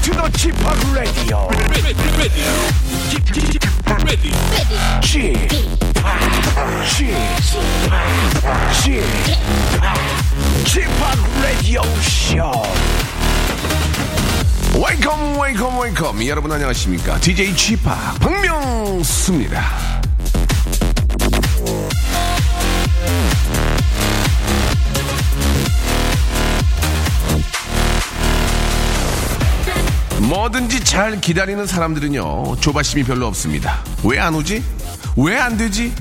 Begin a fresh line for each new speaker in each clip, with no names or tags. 지도 지팍 레디오 지팍 지팍 지팍 레디오 쇼 웨이컴 웨이컴 웨이컴 여러분 안녕하십니까 DJ 지팍 박명수입니다 뭐든지 잘 기다리는 사람들은요 조바심이 별로 없습니다 왜 안 오지 왜 안 되지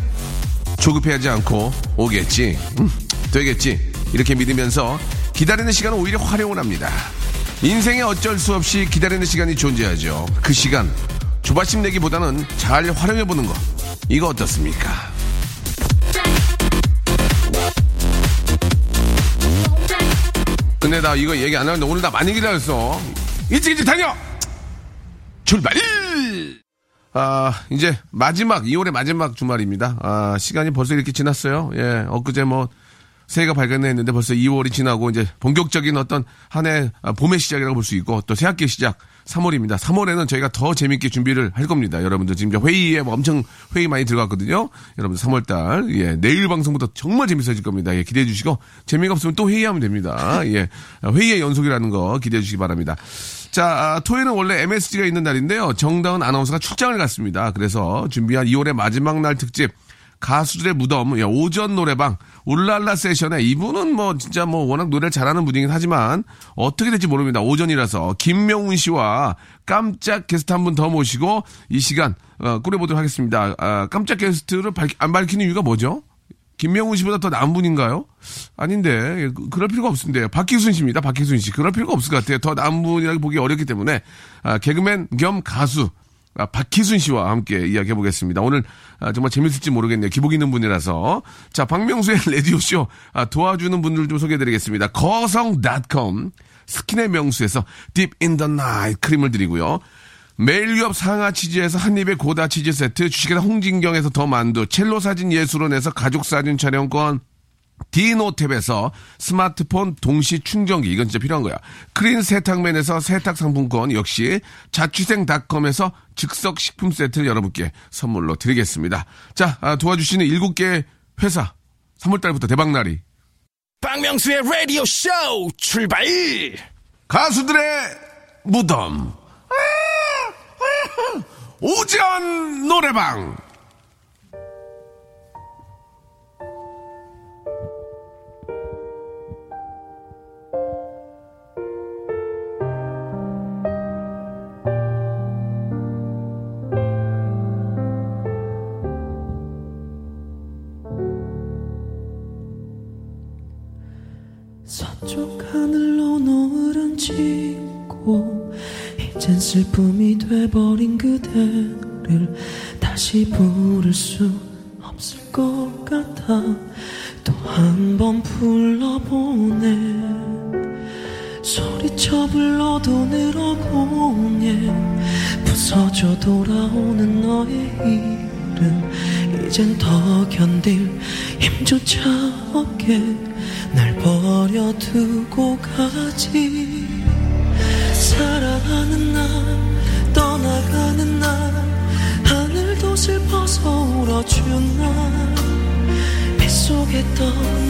조급해하지 않고 오겠지 음, 되겠지 이렇게 믿으면서 기다리는 시간을 오히려 활용을 합니다 인생에 어쩔 수 없이 기다리는 시간이 존재하죠 그 시간 조바심 내기보다는 잘 활용해 보는 거 이거 어떻습니까? 근데 나 이거 얘기 안 하는데 오늘 나 많이 기다렸어. 일찍 일찍 다녀! 출발! 아, 이제 마지막, 2월의 마지막 주말입니다. 아, 시간이 벌써 이렇게 지났어요. 예, 엊그제 뭐, 새해가 발견했는데 벌써 2월이 지나고 이제 본격적인 어떤 한해 아, 봄의 시작이라고 볼 수 있고 또 새학기 시작 3월입니다. 3월에는 저희가 더 재밌게 준비를 할 겁니다. 여러분들 지금 이제 회의에 뭐 엄청 회의 많이 들어갔거든요. 여러분 3월달 예 내일 방송부터 정말 재밌어질 겁니다. 예 기대해 주시고 재미가 없으면 또 회의하면 됩니다. 예 회의의 연속이라는 거 기대해 주시기 바랍니다. 자, 아, 토요일은 원래 MSG가 있는 날인데요. 정다은 아나운서가 출장을 갔습니다. 그래서 준비한 2월의 마지막 날 특집 가수들의 무덤, 예, 오전 노래방, 울랄라 세션에 이분은 뭐 진짜 뭐 워낙 노래를 잘하는 분이긴 하지만 어떻게 될지 모릅니다. 오전이라서 김명훈 씨와 깜짝 게스트 한 분 더 모시고 이 시간 어, 꾸려보도록 하겠습니다. 아, 깜짝 게스트를 밝- 안 밝히는 이유가 뭐죠? 김명훈 씨보다 더 나은 분인가요? 아닌데 예, 그- 그럴 필요가 없는데 박기순 씨입니다. 박기순 씨 그럴 필요가 없을 것 같아요. 더 나은 분이라고 보기 어렵기 때문에 아, 개그맨 겸 가수 아, 박희순 씨와 함께 이야기해 보겠습니다. 오늘 아, 정말 재밌을지 모르겠네요. 기복 있는 분이라서 자 박명수의 라디오 쇼 아, 도와주는 분들 좀 소개해드리겠습니다. 거성닷컴 스킨의 명수에서 딥 인 더 나이 크림을 드리고요. 매일유업 상하 치즈에서 한입의 고다 치즈 세트, 주식회사 홍진경에서 더 만두, 첼로 사진 예술원에서 가족 사진 촬영권, 디노탭에서 스마트폰 동시 충전기 이건 진짜 필요한 거야. 크린 세탁맨에서 세탁 상품권 역시 자취생닷컴에서 즉석 식품 세트를 여러분께 선물로 드리겠습니다. 자 아, 도와주시는 7개 회사 3월달부터 대박날이
박명수의 라디오 쇼 출발!
가수들의 무덤 오전 노래방
서쪽 하늘로 노을은 지고 이젠 슬픔이 돼버린 그대를 다시 부를 수 없을 것 같아 또 한 번 불러보네 소리쳐 불러도 늘어보네 부서져 돌아오는 너의 일은 이젠 더 견딜 힘조차 없게 날 버려두고 가지 사랑하는 날 떠나가는 날 하늘도 슬퍼서 울어준 날 빗속에 떠날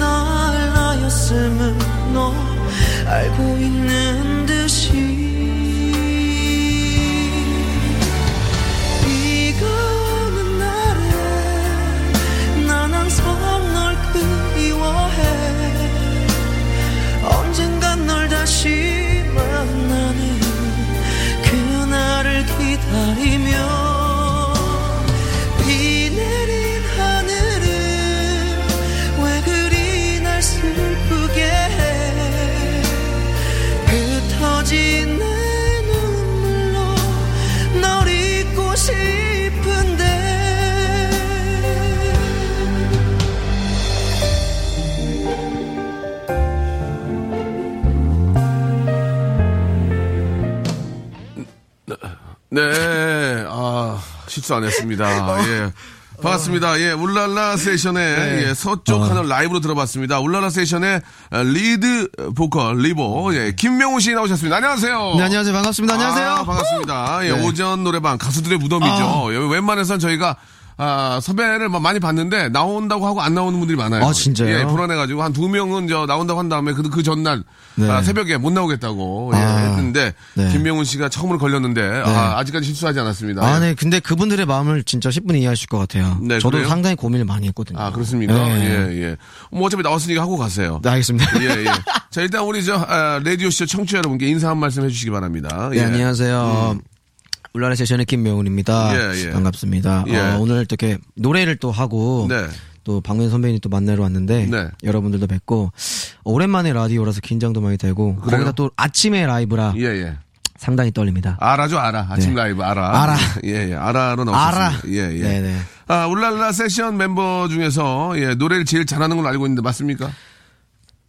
나였음을 너 알고 있는 듯이 비가 오는 날에 난 항상 널 그리워해 언젠간 널 다시 만나는 그날을 기다리며 비 내린 하늘은 왜 그리 날 슬프게 해 흩어진 내 눈물로 널 잊고 싶은데
네, 아, 실수 안 했습니다. 예. 반갑습니다. 예, 울랄라 세션의 예, 서쪽 하늘 라이브로 들어봤습니다. 울랄라 세션의 어, 리드 보컬 리보 예, 김명훈 씨 나오셨습니다. 안녕하세요.
네, 안녕하세요. 반갑습니다. 안녕하세요. 네.
아, 반갑습니다. 예, 오전 노래방 가수들의 무덤이죠.
아.
예, 웬만해선 저희가 아, 섭외를 막 많이 봤는데 나온다고 하고 안 나오는 분들이 많아요.
아, 진짜요?
예, 불안해가지고 한 두 명은 저 나온다고 한 다음에 그, 그 전날
네.
아, 새벽에 못 나오겠다고 예,
아.
했는데
네.
김명훈 씨가 처음으로 걸렸는데 아, 아직까지 실수하지 않았습니다.
아,
예.
네. 근데 그분들의 마음을 진짜 10분 이해하실 것 같아요.
네,
저도
그래요?
상당히 고민을 많이 했거든요.
아, 그렇습니까?
네.
예, 예. 뭐 어차피 나왔으니까 하고 가세요.
네, 알겠습니다.
예, 예. 자, 일단 우리 저, 아, 라디오쇼 청취자 여러분께 인사 한 말씀 해주시기 바랍니다.
네,
예.
안녕하세요. 울라라 세션의 김명훈입니다.
예, 예.
반갑습니다.
예.
어, 오늘 이렇게 노래를 또 하고
네.
또 박민 선배님 또 만나러 왔는데
네.
여러분들도 뵙고 오랜만에 라디오라서 긴장도 많이 되고 거기다 또 아침에 라이브라
예, 예.
상당히 떨립니다.
알아죠, 알아. 아침
네.
라이브, 알아.
알아.
예, 예. 알아로 나오셨습니다.
알아.
예, 예.
네네.
아, 울랄라 세션 멤버 중에서, 예, 노래를 제일 잘하는 걸로 알고 있는데, 맞습니까?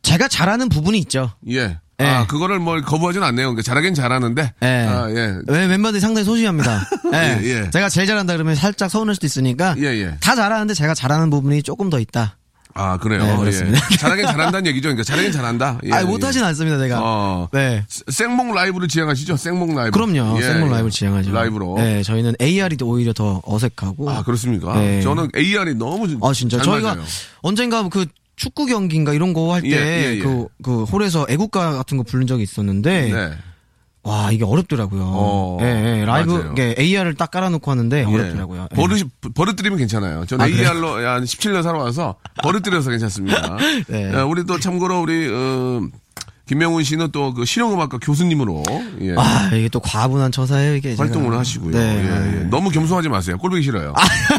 제가 잘하는 부분이 있죠.
예.
예.
아, 그거를 뭘 거부하진 않네요. 그러니까 잘하긴 잘하는데.
예.
아, 예.
왜 멤버들이 상당히 소심합니다. 예.
예, 예.
제가 제일 잘한다 그러면 살짝 서운할 수도 있으니까
예, 예.
다 잘하는데 제가 잘하는 부분이 조금 더 있다.
아, 그래요.
네, 그렇습니다.
예. 잘하긴 잘한다는 얘기죠. 그러니까 잘하긴 잘한다. 예,
아,
예.
못하진 않습니다, 제가.
어.
네.
생몽 라이브를 지향하시죠? 생몽 라이브.
그럼요.
예,
생물
예.
라이브를 진행하죠.
라이브로.
네, 저희는 AR이 오히려 더 어색하고.
아, 그렇습니까?
네.
저는 AR이 너무 좀
아, 진짜
잘
저희가
맞아요.
언젠가 그 축구 경기인가 이런 거 할 때 그
예, 예, 예.
그 홀에서 애국가 같은 거 부른 적이 있었는데
네.
와 이게 어렵더라고요.
어,
예,
맞아요.
예, 라이브 AR을 딱 깔아놓고 하는데 어렵더라고요.
예.
예.
버릇이, 버릇들이면 괜찮아요. 저는
아, 그래요?
AR로 한 17년 살아와서 버릇들여서 괜찮습니다.
네.
예, 우리 또 참고로 우리, 음, 김명훈 씨는 또 그 실용음악과 교수님으로 예,
아 이게 또 과분한 처사예요 이게. 제가.
활동을 하시고요.
네. 아.
예, 예. 너무 겸손하지 마세요. 꼴보기 싫어요.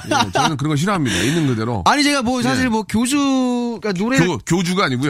예, 저는 그런 거 싫어합니다. 있는 그대로.
아니 네. 제가 뭐 사실
예.
뭐 교수가 노래를
교, 교주가 아니고요.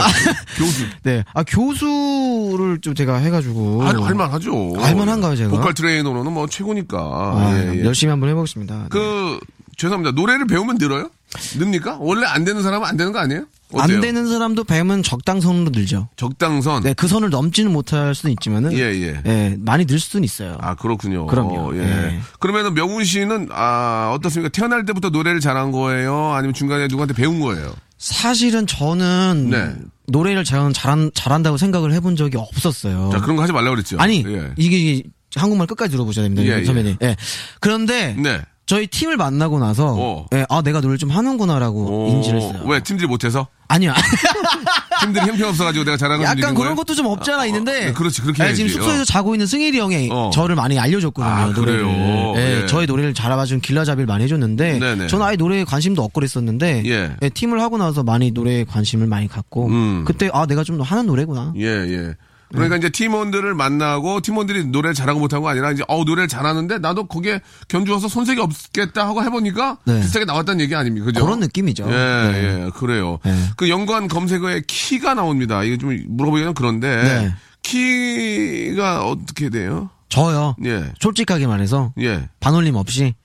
교주.
네. 아 교수를 좀 제가 해가지고
할, 할만하죠.
어. 할만한가요, 제가?
보컬 트레이너로는 뭐 최고니까.
아,
예, 예.
열심히 한번 해보겠습니다. 네.
그 죄송합니다. 노래를 배우면 늘어요? 늡니까? 원래 안 되는 사람은 안 되는 거 아니에요?
네.
어때요?
안 되는 사람도 배우면 적당선으로 늘죠.
적당선.
네, 그 선을 넘지는 못할 수는 있지만은
예,
예,
예.
많이 늘 수는 있어요.
아 그렇군요.
그럼요.
어, 예.
예.
그러면은 명훈 씨는 아 어떻습니까? 태어날 때부터 노래를 잘한 거예요? 아니면 중간에 누구한테 배운 거예요?
사실은 저는
네.
노래를 저는 잘한 잘한다고 생각을 해본 적이 없었어요.
자 그런 거 하지 말라 고 그랬죠.
아니
예.
이게, 이게 한국말 끝까지 들어보셔야 됩니다,
예,
선배님. 예. 그런데
네.
저희 팀을 만나고 나서
어.
예, 아 내가 노래를 좀 하는구나라고
오,
뭐 인지를 했어요.
왜 팀들이 못해서?
아니요.
팀들이 형편없어가지고 내가 잘하는 건
약간
이긴 거예요?
그런 것도 좀 없지 않아 있는데.
어, 네, 그렇지, 그렇게
예, 지금
해야지.
숙소에서
어.
자고 있는 승일이 형이
어.
저를 많이 알려줬거든요.
아,
노래를.
그래요?
예,
예.
저의 노래를 잘 알아봐준 길라잡이를 많이 해줬는데.
네네.
저는 아예 노래에 관심도 없고 그랬었는데.
예.
예, 팀을 하고 나서 많이 노래에 관심을 많이 갖고.
음.
그때 아 내가 좀 하는 노래구나.
예, 예.
네.
그러니까 이제 팀원들을 만나고 팀원들이 노래를 잘하고 못하고 아니라 이제 어 노래를 잘하는데 나도 거기에 견주어서 손색이 없겠다 하고 해보니까
네.
비슷하게 나왔다는 얘기 아닙니까? 그죠?
그런 느낌이죠.
예, 예, 그래요.
네.
그 연관 검색어에 키가 나옵니다. 이거 좀 물어보기는 그런데
네.
키가 어떻게 돼요?
저요.
예,
솔직하게 말해서
예.
반올림 없이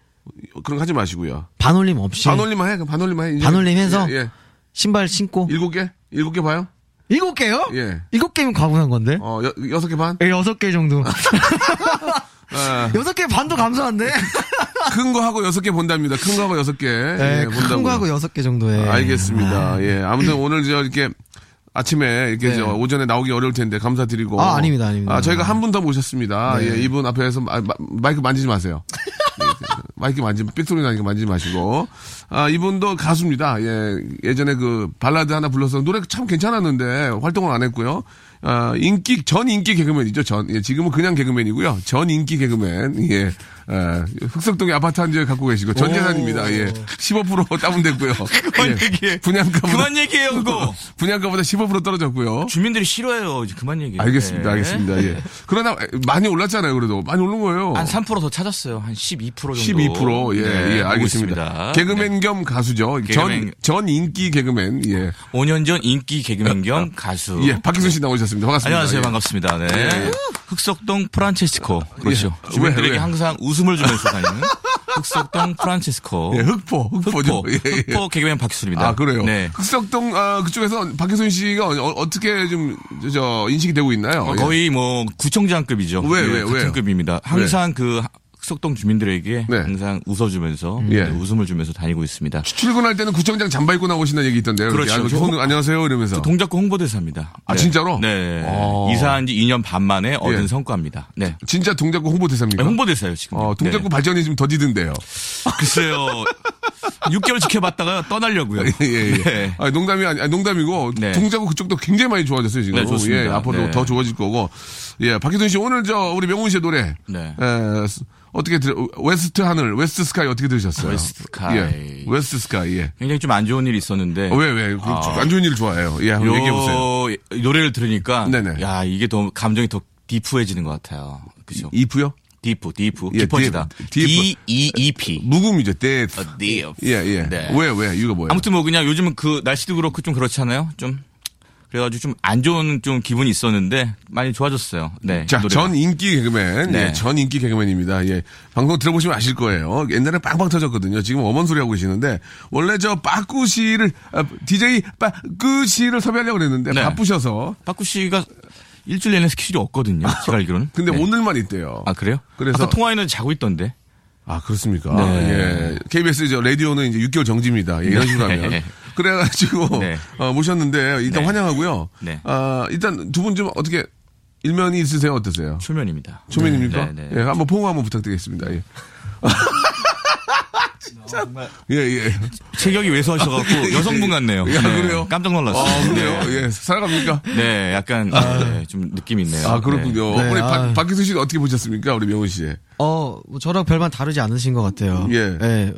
그런 거 하지 마시고요.
반올림 없이
반올림만 해, 그럼 반올림만 해. 이제.
반올림 해서?
예, 예.
신발 신고
일곱 개, 일곱 개 봐요.
일곱 개요?
예.
일곱 개면 과분한 건데.
어, 여, 여섯 개 반.
예, 여섯 개 정도.
아,
여섯 개 반도 감소한데.
큰 거 하고 여섯 개 본답니다. 큰 거 하고 여섯 개.
예,
예,
큰
본다고요.
거하고 여섯 개 정도에.
아, 알겠습니다. 예. 아무튼 오늘 저 이렇게 아침에 이렇게
네.
저 오전에 나오기 어려울 텐데 감사드리고.
아, 아닙니다, 아닙니다.
아, 저희가 한 분 더 모셨습니다.
네.
예, 이분 앞에서 마, 이크 만지지 마세요. 예, 마이크 만지면 삑소리 나니까 만지지 마시고. 아, 이분도 가수입니다. 예, 예전에 그 발라드 하나 불러서 노래 참 괜찮았는데 활동을 안 했고요. 아, 인기, 전 인기 개그맨이죠. 전. 예, 지금은 그냥 개그맨이고요. 전 인기 개그맨. 예. 아, 흑석동에 아파트 한 지 갖고 계시고 전 재산입니다. 예. 15% 다운됐고요.
그만
예.
얘기해.
분양가보다
그만
어,
얘기해요, 그거.
분양가보다 15% 떨어졌고요.
주민들이 네. 싫어해요. 이제 그만 얘기해.
알겠습니다, 알겠습니다. 예. 그러나 많이 올랐잖아요, 그래도 많이 오른 거예요.
한3%더 찾았어요. 한 12% 정도.
12% 예,
네,
예,
보고
알겠습니다.
있습니다. 네.
개그맨 겸 가수죠. 전,
개그맨. 어.
전 인기 개그맨, 예.
5년 전 인기 개그맨 겸 가수.
예, 박희순 씨 나오셨습니다. 반갑습니다.
안녕하세요.
예.
반갑습니다. 네. 흑석동 프란체스코. 그렇죠.
예. 왜,
주민들에게
왜?
항상 웃음을 주면서 다니는 흑석동 프란체스코.
예, 흑포, 흑포죠.
흑포.
예, 예.
흑포 개그맨 박수입니다.
아, 그래요?
네.
흑석동, 아, 그쪽에서 박희순 씨가 어, 떻게 좀, 저, 저, 인식이 되고 있나요?
어,
예.
거의 뭐 구청장급이죠.
왜, 왜, 왜요?
급입니다 항상 그 흑석동 주민들에게
네.
항상 웃어주면서
예.
네, 웃음을 주면서 다니고 있습니다.
출근할 때는 구청장 잠바 입고 나오신다는 얘기 있던데요.
그렇죠.
이렇게 아,
저-
손- 안녕하세요 이러면서.
동작구 홍보대사입니다.
아,
네.
진짜로?
네.
어.
이사한 지 2년 반 만에 얻은
예.
성과입니다. 네.
진짜 동작구 홍보대사입니까?
네, 홍보대사예요 네. 지금.
어, 동작구 발전이 좀 더디던데요.
네. 글쎄요. 6개월 지켜봤다가 떠나려고요.
예, 예.
네.
아니, 농담이 아니, 아니, 농담이고
네.
동작구 그쪽도 굉장히 많이 좋아졌어요 지금.
네, 좋습니다.
예, 앞으로
네.
더 좋아질 거고. 예, 박희준 씨 오늘 저 우리 명훈 씨의 노래.
네.
예, 스- 어떻게 들 웨스트 하늘, 웨스트 스카이 어떻게 들으셨어요?
웨스트 스카이.
예, 웨스트 스카이. 예.
굉장히 좀 안 좋은 일이 있었는데.
왜 왜? 그
아.
안 좋은 일 좋아해요. 예, 한번 얘기해 보세요.
요 노래를 들으니까
네네.
야 이게 더 감정이 더 디프해지는 것 같아요. 그죠?
이프요?
디프, 디프,
예,
깊어지다.
디-
D
디프.
E E P.
무금이죠. 때.
디
예, 예.
어, 네.
왜 왜? 이유가 뭐예요?
아무튼 뭐 그냥 요즘은 그 날씨도 그렇고 좀 그렇잖아요. 좀 그래가지고 좀 안 좋은 좀 기분이 있었는데 많이 좋아졌어요. 네.
자,
이 노래가.
전 인기 개그맨.
네.
예, 전 인기 개그맨입니다. 예. 방송 들어보시면 아실 거예요. 옛날에 빵빵 터졌거든요. 지금 어먼 소리 하고 계시는데, 원래 저 빠꾸시를, 아, DJ 빠꾸시를 섭외하려고 그랬는데,
네.
바쁘셔서.
박구 씨가 일주일 내내 스케줄이 없거든요. 제가 알기로는.
근데
네.
오늘만 있대요.
아 그래요?
아, 그, 그래서-
아까 통화에는 자고 있던데.
아, 그렇습니까?
네.
예. KBS 저 라디오는 이제 6개월 정지입니다. 예, 이런 식으로
네.
하면. 그래가지고,
네.
어, 모셨는데, 일단
네.
환영하고요.
네.
아, 일단 두 분 좀 어떻게, 일면이 있으세요? 어떠세요?
초면입니다.
아. 초면입니까?
네,
예,
네.
한번 포옹 한번 부탁드리겠습니다. 예. 진짜. 예, 예.
체격이 왜소하셔갖고 여성분 같네요.
야,
네.
그래요?
깜짝 놀랐어요.
아, 그래요?
네.
예, 살아갑니까?
네, 약간 네, 좀 느낌 이 있네요.
아, 그렇군요.
네.
우리
네,
박,
아.
박기수 씨는 어떻게 보셨습니까? 우리 명훈 씨.
어, 뭐 저랑 별반 다르지 않으신 것 같아요.
예.
예.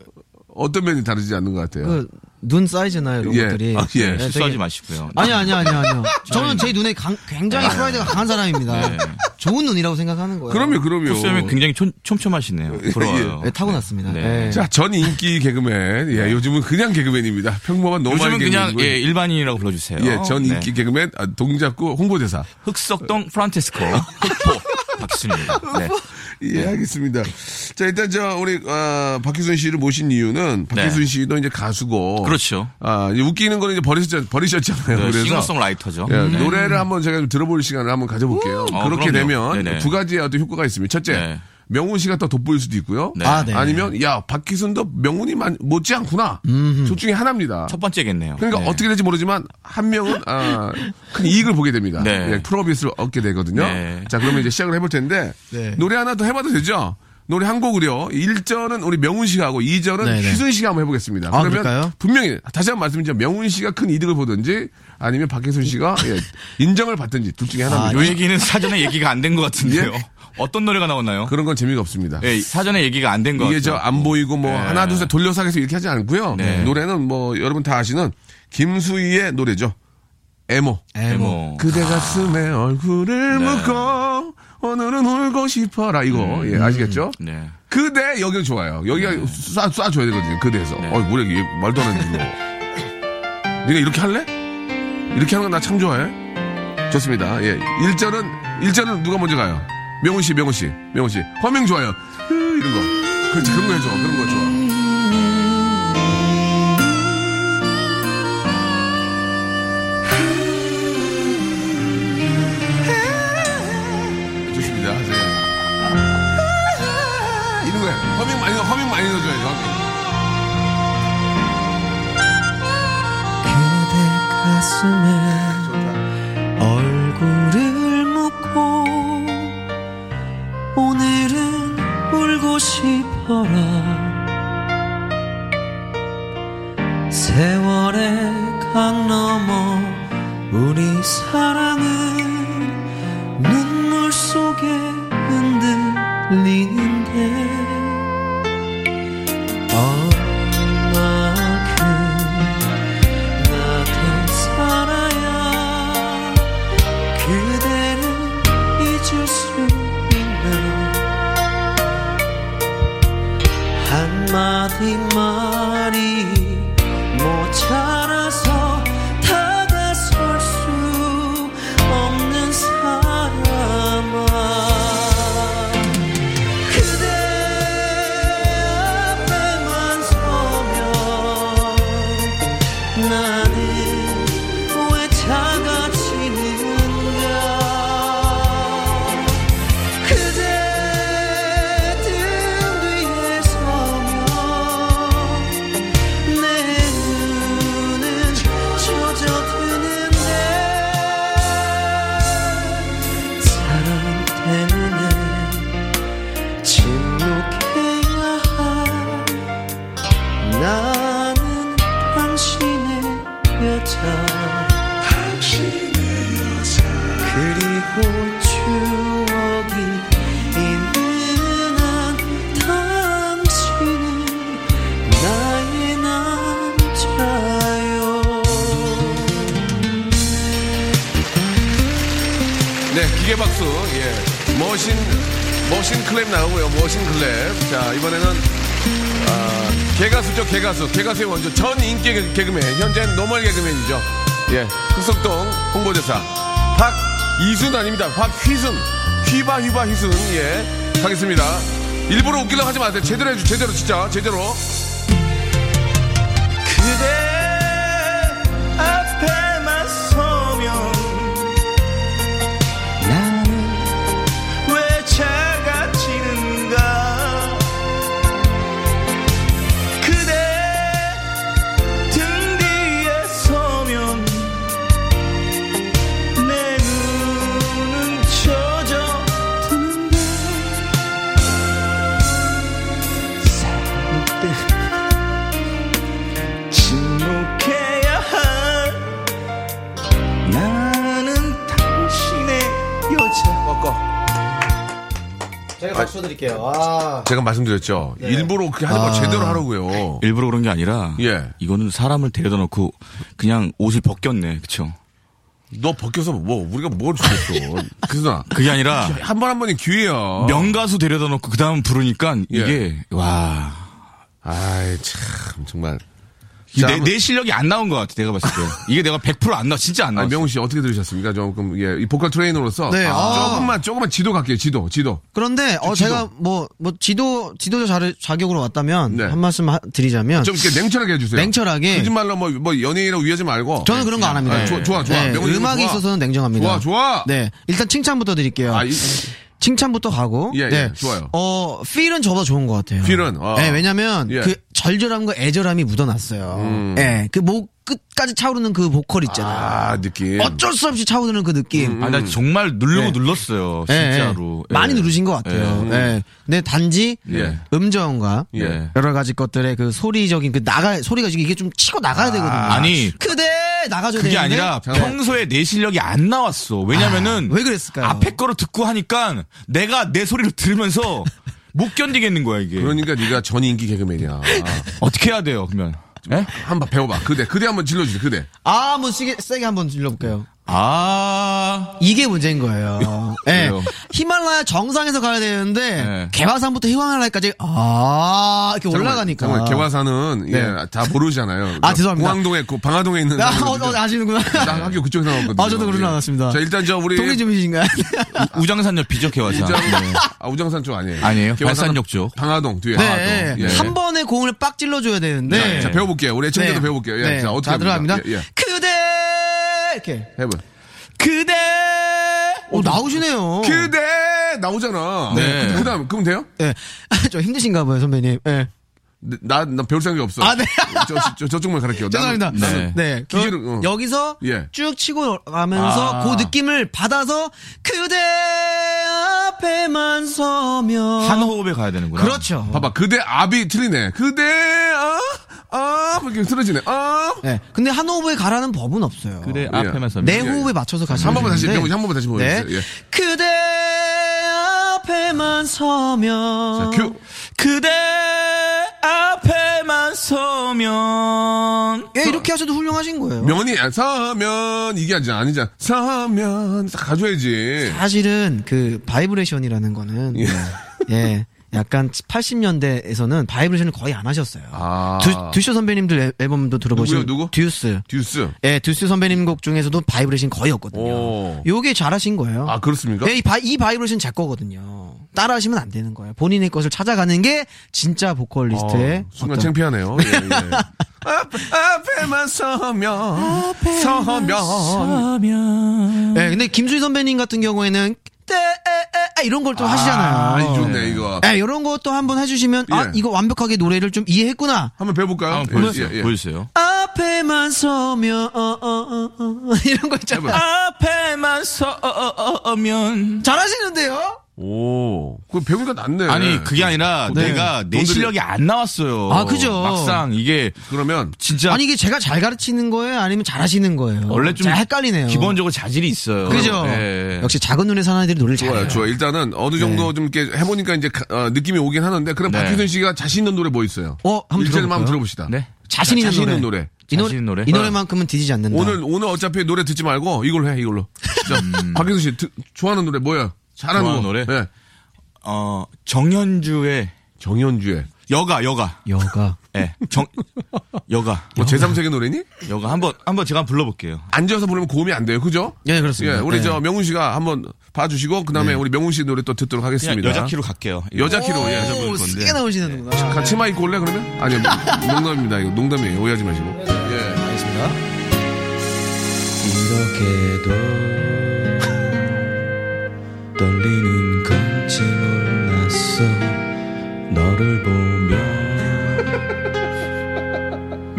어떤 면이 다르지 않는 것 같아요.
그 눈 사이즈나 이런
예.
것들이.
아, 예.
네.
되게-
실수하지 마시고요.
아니 아니 아니 아니요. 저는 제 눈에 강- 굉장히 프라이드가 강한 사람입니다.
네.
좋은 눈이라고 생각하는 거예요.
아. 그럼요, 그럼요.
코스염이 굉장히 촘, 촘촘하시네요.
예.
부러워요.
네, 타고났습니다.
네.
예.
자, 전 인기 개그맨. 예, 요즘은 그냥 개그맨입니다. 평범한 노멀
요즘은
개그맨.
그냥 예, 일반인이라고 불러주세요.
예, 전 인기
네.
개그맨 아, 동작구 홍보대사.
흑석동 프란체스코 흑포 박수입니다. 네.
예, 알겠습니다. 자, 일단 저 우리 어, 박희순 씨를 모신 이유는 박희순
네.
씨도 이제 가수고
그렇죠.
아, 이제 웃기는 거는 이제 버리셨, 버리셨잖아요.
네,
그래서
싱어송라이터죠.
예,
네.
노래를 한번 제가 좀 들어볼 시간을 한번 가져볼게요.
아,
그렇게
그럼요.
되면
네네.
두 가지의 어떤 효과가 있습니다. 첫째,
네.
명훈 씨가 더 돋보일 수도 있고요.
네.
아, 네.
니면 야, 박희순도 명훈이 만- 못지않구나. 둘 중에 하나입니다.
첫 번째겠네요.
그러니까
네.
어떻게 될지 모르지만 한 명은 아, 큰 이익을 보게 됩니다.
네.
예, 프로비스를 얻게 되거든요.
네.
자, 그러면 이제 시작을 해볼 텐데
네.
노래 하나 더 해봐도 되죠? 노래 한 곡을요. 1절은 우리 명훈 씨가 하고 2절은
네, 네.
희순 씨가 한번 해보겠습니다.
아,
그러면
그럴까요?
분명히 다시 한번 말씀드리면 명훈 씨가 큰 이득을 보든지 아니면 박혜순 씨가 예, 인정을 받든지 둘 중에
아, 예.
하나입니다.
요 아, 얘기는 사전에 얘기가 안 된 것 같은데요. 어떤 노래가 나오나요?
예. 그런 건 재미가 없습니다.
예, 사전에 얘기가 안 된 것 같아요.
이게 저 안 보이고
네.
뭐 하나 둘 셋 돌려서 하겠어 이렇게 하지 않고요.
네.
노래는 뭐 여러분 다 아시는 김수희의 노래죠. 에모.
예, 뭐.
뭐.
네, 그대 가슴에 얼굴을
네.
묶어 오늘은 울고 싶어라 이거 예, 아시겠죠?
음. 네.
그대 여기 좋아요. 여기가 쏴 쏴줘야 되거든요. 그대에서. 어이 뭐래 이게 말도 안 되는 거. 네가 이렇게 할래? 이렇게 하는 건 나 참 좋아해. 좋습니다. 예. 1절은 1절은 누가 먼저 가요? 명훈 씨, 명훈 씨. 명훈 씨. 허밍 좋아요. 으, 이런 거. 그렇지. 그런 거 해줘. 그런 거 좋아. 좋습니다. 네. 하세요. 이런 거예요. 허밍 많이 넣어, 허밍 많이 넣어줘야죠. 허밍.
그대 가슴에 얼굴을 묻고 오늘은 울고 싶어라 세월의 강 너머 우리 사랑은 눈물 속에 흔들리는데 얼마큼 나도 살아야 그대를 잊을 수 있나 한마디 말이 모자라서 다가설 수 없는 사람아 그대 앞에만 서면 나는 왜 작아지는가 그대 들
네, 기계 박수. 예. 머신, 머신 클랩 나오고요. 머신 클랩. 자, 이번에는, 아, 개가수죠, 개가수. 개가수의 원조. 전 인기 개- 개그맨. 현재는 노멀 개그맨이죠. 예. 흑석동 홍보대사. 박이순 아닙니다. 박휘순. 휘바, 휘바, 휘순. 예. 가겠습니다. 일부러 웃기려고 하지 마세요. 제대로 해주, 제대로, 진짜. 제대로.
그대 앞에만 서면 나는 왜 차가지는가 그대 등 뒤에 서면 내 눈은 젖어드는데 산뜻 침묵해야 할 나는 당신의 여자
꺾어.
제가 박수 드릴게요. 아.
제가 말씀드렸죠. 일부러 그렇게 하지 말고 제대로
어.
하라고요.
일부러 그런 게 아니라
예.
이거는 사람을 데려다 놓고 그냥 옷을 벗겼네. 그쵸?
너 벗겨서 뭐 우리가 뭘 주겠어. 그래서
그게 아니라
예.
한 번 한 번의 기회야.
명가수 데려다 놓고 그 다음 부르니까
예.
이게 와.
아이 참 정말.
이
자,
내,
한번-
내 실력이 안 나온 것 같아, 내가 봤을 때. 이게 내가 100%안 나, 진짜 안
아니,
나왔어.
명훈 씨 어떻게 들으셨습니까? 조금 예, 이 보컬 트레이너로서
네, 아.
조금만 조금만 지도 갈게요. 지도 지도.
그런데 어 제가 뭐 뭐 지도 지도자 자- 자격으로 왔다면
네.
한 말씀 하- 드리자면
좀 이렇게 냉철하게 해주세요.
냉철하게.
거짓말로 뭐, 뭐 연예인이라고 위하지 말고.
저는 그런 거 안 합니다.
아, 좋아, 좋아, 좋아.
네,
명훈이
음악에
좋아.
있어서는 냉정합니다.
좋아, 좋아.
네, 일단 칭찬부터 드릴게요.
아, 이-
칭찬부터 가고.
예, 예,
네.
좋아요.
어, 필은 저보다 좋은 것 같아요.
feel은, 어.
네, 왜냐면
예. 음.
그 절절함과 애절함이 묻어났어요. 네, 그목 끝까지 차오르는 그 보컬 있잖아요.
아 느낌. 음,
어쩔 수 없이 차오르는 그 느낌.
아, 나 정말 누르고
네.
눌렀어요.
아,
예,
진짜로.
예. 많이
예.
누르신 것 같아요. 예. 근데 단지
예.
음정과
예.
여러 가지 것들의 그 소리적인 그 나가 소리가 지금 이게 좀 치고 나가야 되거든요.
아니.
그대 나가줘야 되는데
그게
네.
아니라
잠깐만.
평소에 내 실력이 안 나왔어. 왜냐면은
아, 왜 그랬을까요?
앞에 거를 듣고 하니까 내가 내 소리를 들으면서 못 견디겠는 거야, 이게.
그러니까 네가 전 인기 개그맨이야.
어떻게 해야 돼요, 그러면? 예?
한번 배워봐. 그대 그대 한번 질러주세요. 그대.
아, 한번 세게, 세게 한번 질러볼까요?
아.
이게 문제인 거예요. 예.
그래요?
히말라야 정상에서 가야 되는데
예.
개화산부터 히말라야까지 아 이렇게 올라가니까.
네. 잠깐만, 개화사는 예, 다 모르잖아요.
아, 죄송합니다.
공항동에 있고 방화동에 있는.
아, 어,
사람들이죠.
어, 아시는구나.
나 학교 그쪽에서 나왔거든요.
아, 저도 그러나
예.
나왔습니다.
자, 일단 저 우리
동의 좀이신가요?
우- 우장산 옆 비적해 와서.
우장, 아, 우장산 쪽 아니에요.
아니에요.
개화사는
발산역 쪽.
방화동 뒤에.
네.
방화동. 예. 네.
한 번에 공을 빡 찔러줘야 되는데. 네.
자, 자, 배워볼게요. 우리 애청자도 배워볼게요. 예. 자, 어떻게
자, 들어갑니다.
합니까? 예, 예.
그대! 이렇게.
해봐.
그대!
오, 나오시네요.
어, 그대 나오잖아.
네.
그다음 그럼 돼요? 네,
예. 좀 힘드신가 봐요, 선배님. 예.
나, 나 배울 생각이 없어.
아, 네.
저, 저, 저쪽만 가르쳐.
죄송합니다.
나는-
네. 그
기준은, 어.
여기서
예.
쭉 치고 가면서
아.
그 느낌을 받아서 그대 앞에만 서면.
네. 한 호흡에 가야 되는구나.
그렇죠.
봐봐. 그대 압이 틀리네. 그대 아, 아, 이렇게 쓰러지네. 아.
예. 근데 한 호흡에 가라는 법은 없어요. 네.
그대 앞에만 서면.
내
예, 예.
호흡에 맞춰서 가시면
한 번만 다시,
되는데. 네.
한 번만 다시 보여주세요. 예.
그대 앞에만 서면
자, 큐.
그대 앞에만 서면
예, 이렇게 하셔도 훌륭하신 거예요.
면이 아, 서면 이게 아니잖아 아니잖아 서면 딱 가줘야지
사실은 그 바이브레이션이라는 거는
예.
예. 약간 80년대에서는 바이브레이션을 거의 안 하셨어요.
아.
듀, 듀 선배님들 앨- 앨범도 들어보시면
누구요, 누구?
듀스.
듀스
예, 듀스 선배님 곡 중에서도 바이브레이션 거의 없거든요.
오.
요게 잘하신 거예요.
아 그렇습니까
예, 이, 바이, 이 바이브레이션 제 거거든요. 따라하시면 안 되는 거예요. 본인의 것을 찾아가는 게 진짜 보컬리스트의
어, 순간
어떤-
창피하네요 예, 예. 앞- 앞에만 서면 서면
서면
예, 근데 김수희 선배님 같은 경우에는 때, 에, 에, 아, 이런 걸 또
아
하시잖아요.
좋네 이거
예, 이런 것도 한번 해주시면
예.
아 이거 완벽하게 노래를 좀 이해했구나.
한번 배워볼까요 예,
한번 보여주세요.
예.
보여주세요.
앞에만 서면 어, 어, 어, 어, 이런 거 있잖아. 요
앞에만 서면
잘하시는데요?
오그 배우니까 낫네
아니 그게 아니라
예. 네.
내가 내
돈들이-
실력이 안 나왔어요.
아, 그죠.
막상 이게
그러면
진짜
아니 이게 제가 잘 가르치는 거예요, 아니면 잘하시는 거예요?
원래 좀
잘 헷갈리네요.
기본적으로 자질이 있어요.
어. 그죠?
예.
역시 작은 눈의 사나이들이 노래를
좋아요
잘해요.
좋아 일단은 어느 정도 좀 이렇게 해보니까 이제 가- 어, 느낌이 오긴 하는데 그럼
네.
박희순 씨가 자신 있는 노래 뭐 있어요
어, 한번
일단 한번
들어볼까요?
들어봅시다
네.
자신 있는
자신 있는
노래.
노래. 어.
이, 노래
자신 있는 노래.
이 노래만큼은 뒤지지 않는다.
오늘 오늘 어차피 노래 듣지 말고 이걸로 해 이걸로 진짜. 박인수 씨, 드- 좋아하는 노래 뭐야? 잘하는
좋아하는
거.
노래?
예.
어, 정현주의
정현주의.
여가, 여가.
여가
예. 정, 여가.
뭐 제3세계 노래니?
여가 한번, 한번 제가 한번 불러볼게요.
앉아서 부르면 고음이 안 돼요. 그죠?
예, 그렇습니다.
우리
네.
저 명훈 씨가 한번 봐주시고, 그 다음에 우리 명훈 씨 노래 또 듣도록
네. 그냥
하겠습니다.
여자 키로 갈게요. 이거.
여자 키로, 예. 여자
오, 세게 나오시는구나.
같이 치마 입고 올래 그러면? 아니요 농담입니다 이거 농담이에요 오해하지 마시고 예.
알겠습니다. 이렇게도 떨리는 건지 몰랐어 너를 보며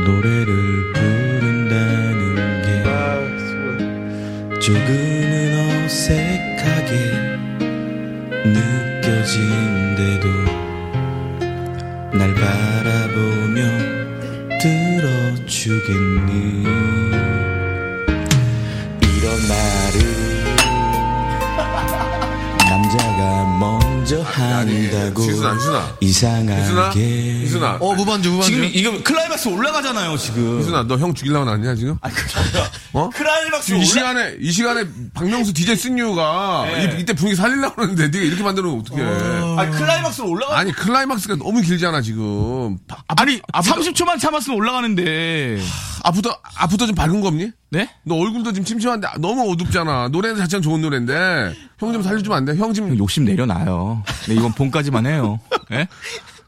노래를 부른다는 게 조금은 어색하게 느껴진대도 날 바라보며 들어주겠니 이런 말을 남자가 먼저 한다고
지순아 지순아 지순아
이상하게
지순아
뭐.
어 무반주 무반주
지금 이거 클라이맥스 올라가잖아요, 지금.
지순아 너 형 죽이려고 나왔냐 지금?
아, 클라이맥스
지금 이
올라
시간에 이 시간에 박명수 DJ 승유가 이, 이때 분위기 살리려고 하는데 네가 이렇게 만들면 어떡해
네. 아니, 클라이맥스 올라가
아니 클라이막스가 너무 길잖아 지금 바- 아,
아니, 30초만 참았으면 올라가는데.
앞부터 앞부터 좀 밝은 거 없니?
네?
너 얼굴도 지금 침침한데 너무 어둡잖아 노래 자체는 좋은 노래인데 형 좀 살려주면 안 돼? 형 지금
욕심 내려놔요. 네, 이건 봄까지만 해요. 예?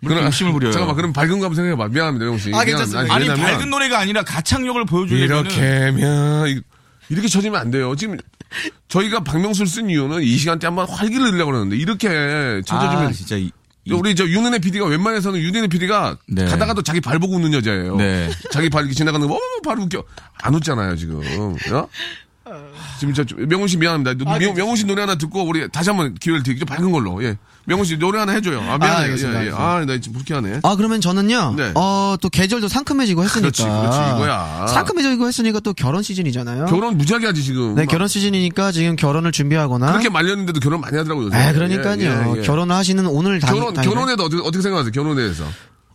그럼 욕심을 부려요.
잠깐만 그럼 밝은 거 한번 생각해봐 미안합니다 형 씨.
아,
미안합니다.
괜찮습니다.
아니,
왜냐면-
밝은 노래가 아니라 가창력을 아, 보여주려면
이렇게면 이- 이렇게 쳐지면 안 돼요. 지금 저희가 박명수를 쓴 이유는 이 시간대 한번 활기를 내려고 그러는데 이렇게 쳐져주면
아, 진짜 이, 이-
우리 저 윤은혜 PD가 웬만해서는 윤은혜 PD가
네.
가다가도 자기 발 보고 웃는 여자예요.
네.
자기 발 이렇게 지나가는 거 어머 발 웃겨 안 웃잖아요 지금. 어? 지금 저 명훈 씨 미안합니다. 명, 명훈 씨 노래 하나 듣고 우리 다시 한번 기회를 드리죠 밝은 걸로. 예. 명훈 씨 노래 하나 해줘요. 아 미안해. 요
알겠습니다,
예, 예. 아, 나 지금 불쾌하네.
아 그러면 저는요.
네.
어또 계절도 상큼해지고 했으니까.
그렇지, 그렇지, 이거야.
상큼해지고 했으니까 또 결혼 시즌이잖아요.
결혼 무지하게 하지 지금.
네
막
결혼 시즌이니까 지금 결혼을 준비하거나.
그렇게 말렸는데도 결혼 많이 하더라고요. 요새.
아 그러니까요.
예, 예, 예.
결혼을 하시는 오늘 당
결혼
당일에-
결혼에 도 어떻게, 어떻게 생각하세요? 결혼에 대해서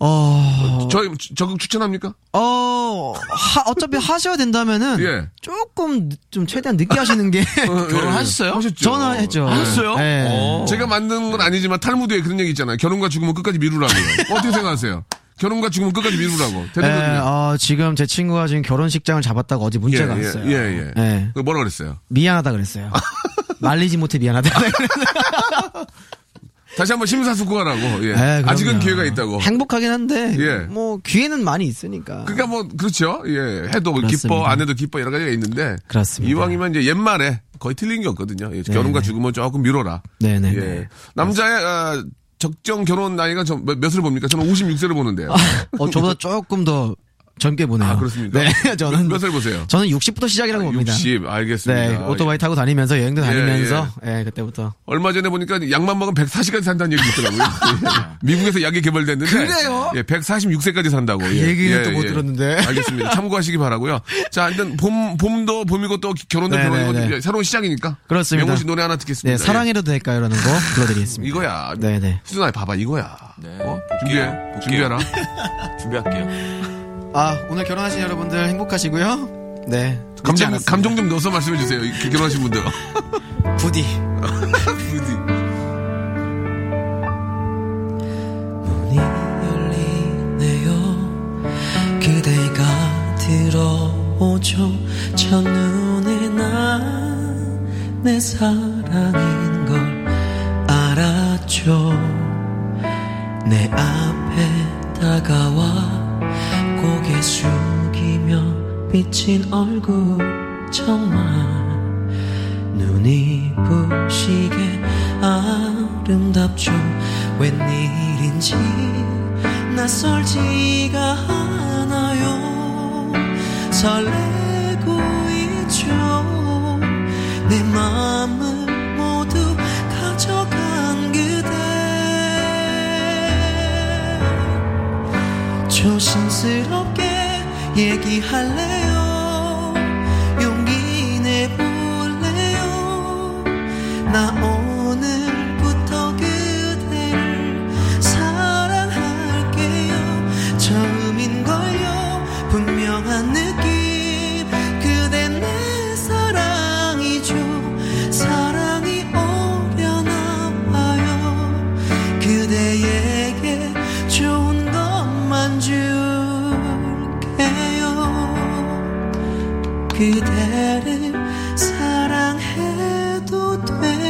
어.
저희 주- 적극 추천합니까?
어, 하, 어차피 하셔야 된다면은
예. 어,
조금 늦- 좀 최대한 늦게 하시는 게
결혼하셨어요?
하셨죠. 예.
저는 했죠.
하셨어요?
네.
어.
제가 만든 건 아니지만 탈무드에 그런 얘기 있잖아요. 결혼과 죽음은 끝까지 미루라고요. 어떻게 생각하세요? 결혼과 죽음은 끝까지 미루라고.
네,
대단하거든요.
어, 지금 제 친구가 지금 결혼식장을 잡았다고 어제 문자가
예,
왔어요.
예, 예, 예.
네.
그 뭐라 그랬어요?
미안하다 그랬어요. 말리지 못해 미안하다.
다시 한번 심사숙고하라고. 예.
네, 그럼요.
아직은 기회가 있다고.
행복하긴 한데
예.
뭐 기회는 많이 있으니까.
그러니까 뭐 그렇죠. 예. 해도 기뻐
그렇습니다.
안 해도 기뻐 여러 가지가 있는데
그렇습니다. 네.
이왕이면 이제 옛말에 거의 틀린 게 없거든요. 예, 결혼과 죽음은 조금 미뤄라.
네네.
예. 남자의 아, 적정 결혼 나이가 저 몇, 몇을 봅니까? 저는 56세를 보는데요.
어 저보다 조금 더 젊게 보네요.
아, 그렇습니까?
네, 저는
몇- 몇살 보세요?
저는 60부터 시작이라고 봅니다.
60,
네,
알겠습니다.
오토바이 타고 다니면서 여행도
예,
다니면서 예, 그때부터.
얼마 전에 보니까 약만 먹으면 104시까지 산다는 얘기 있더라고요. 예. 미국에서 약이 개발됐는데.
그래요?
예, 146세까지 산다고. 예,
그 얘기는 또못 들었는데.
알겠습니다. 참고하시기 바라고요 자, 일단 봄, 봄도 봄이고 또 결혼도
네,
결혼이고
네, 네.
이제 새로운 시작이니까.
그렇습니다.
명호 씨 노래 하나 듣겠습니다.
네,
예.
사랑해도 될까요라는 거 불러드리겠습니다.
이거야.
네, 네.
수준아, 봐봐, 이거야.
네,
어?
볼게요.
준비해.
볼게요.
준비해라.
준비할게요.
아, 오늘 결혼하신 여러분들 행복하시고요. 네. 늦지
감정,
않았습니다.
감정 좀 넣어서 말씀해 주세요. 이 결혼하신 분들. 아,
부디.
부디.
문이 열리네요 그대가 들어오죠 첫눈에 나 내 사랑인 걸 알았죠 내 앞에 다가와 고개 숙이며 비친 얼굴 정말 눈이 부시게 아름답죠 웬일인지 낯설지가 않아요 설레고 있죠 내 마음을 모두 가져간 그대 조심스럽게 얘기할래요 용기 내볼래요 나 오늘부터 그대를 사랑할게요 처음인걸요 분명한 느낌 그대 내 사랑이죠 그대를 사랑해도 될까요?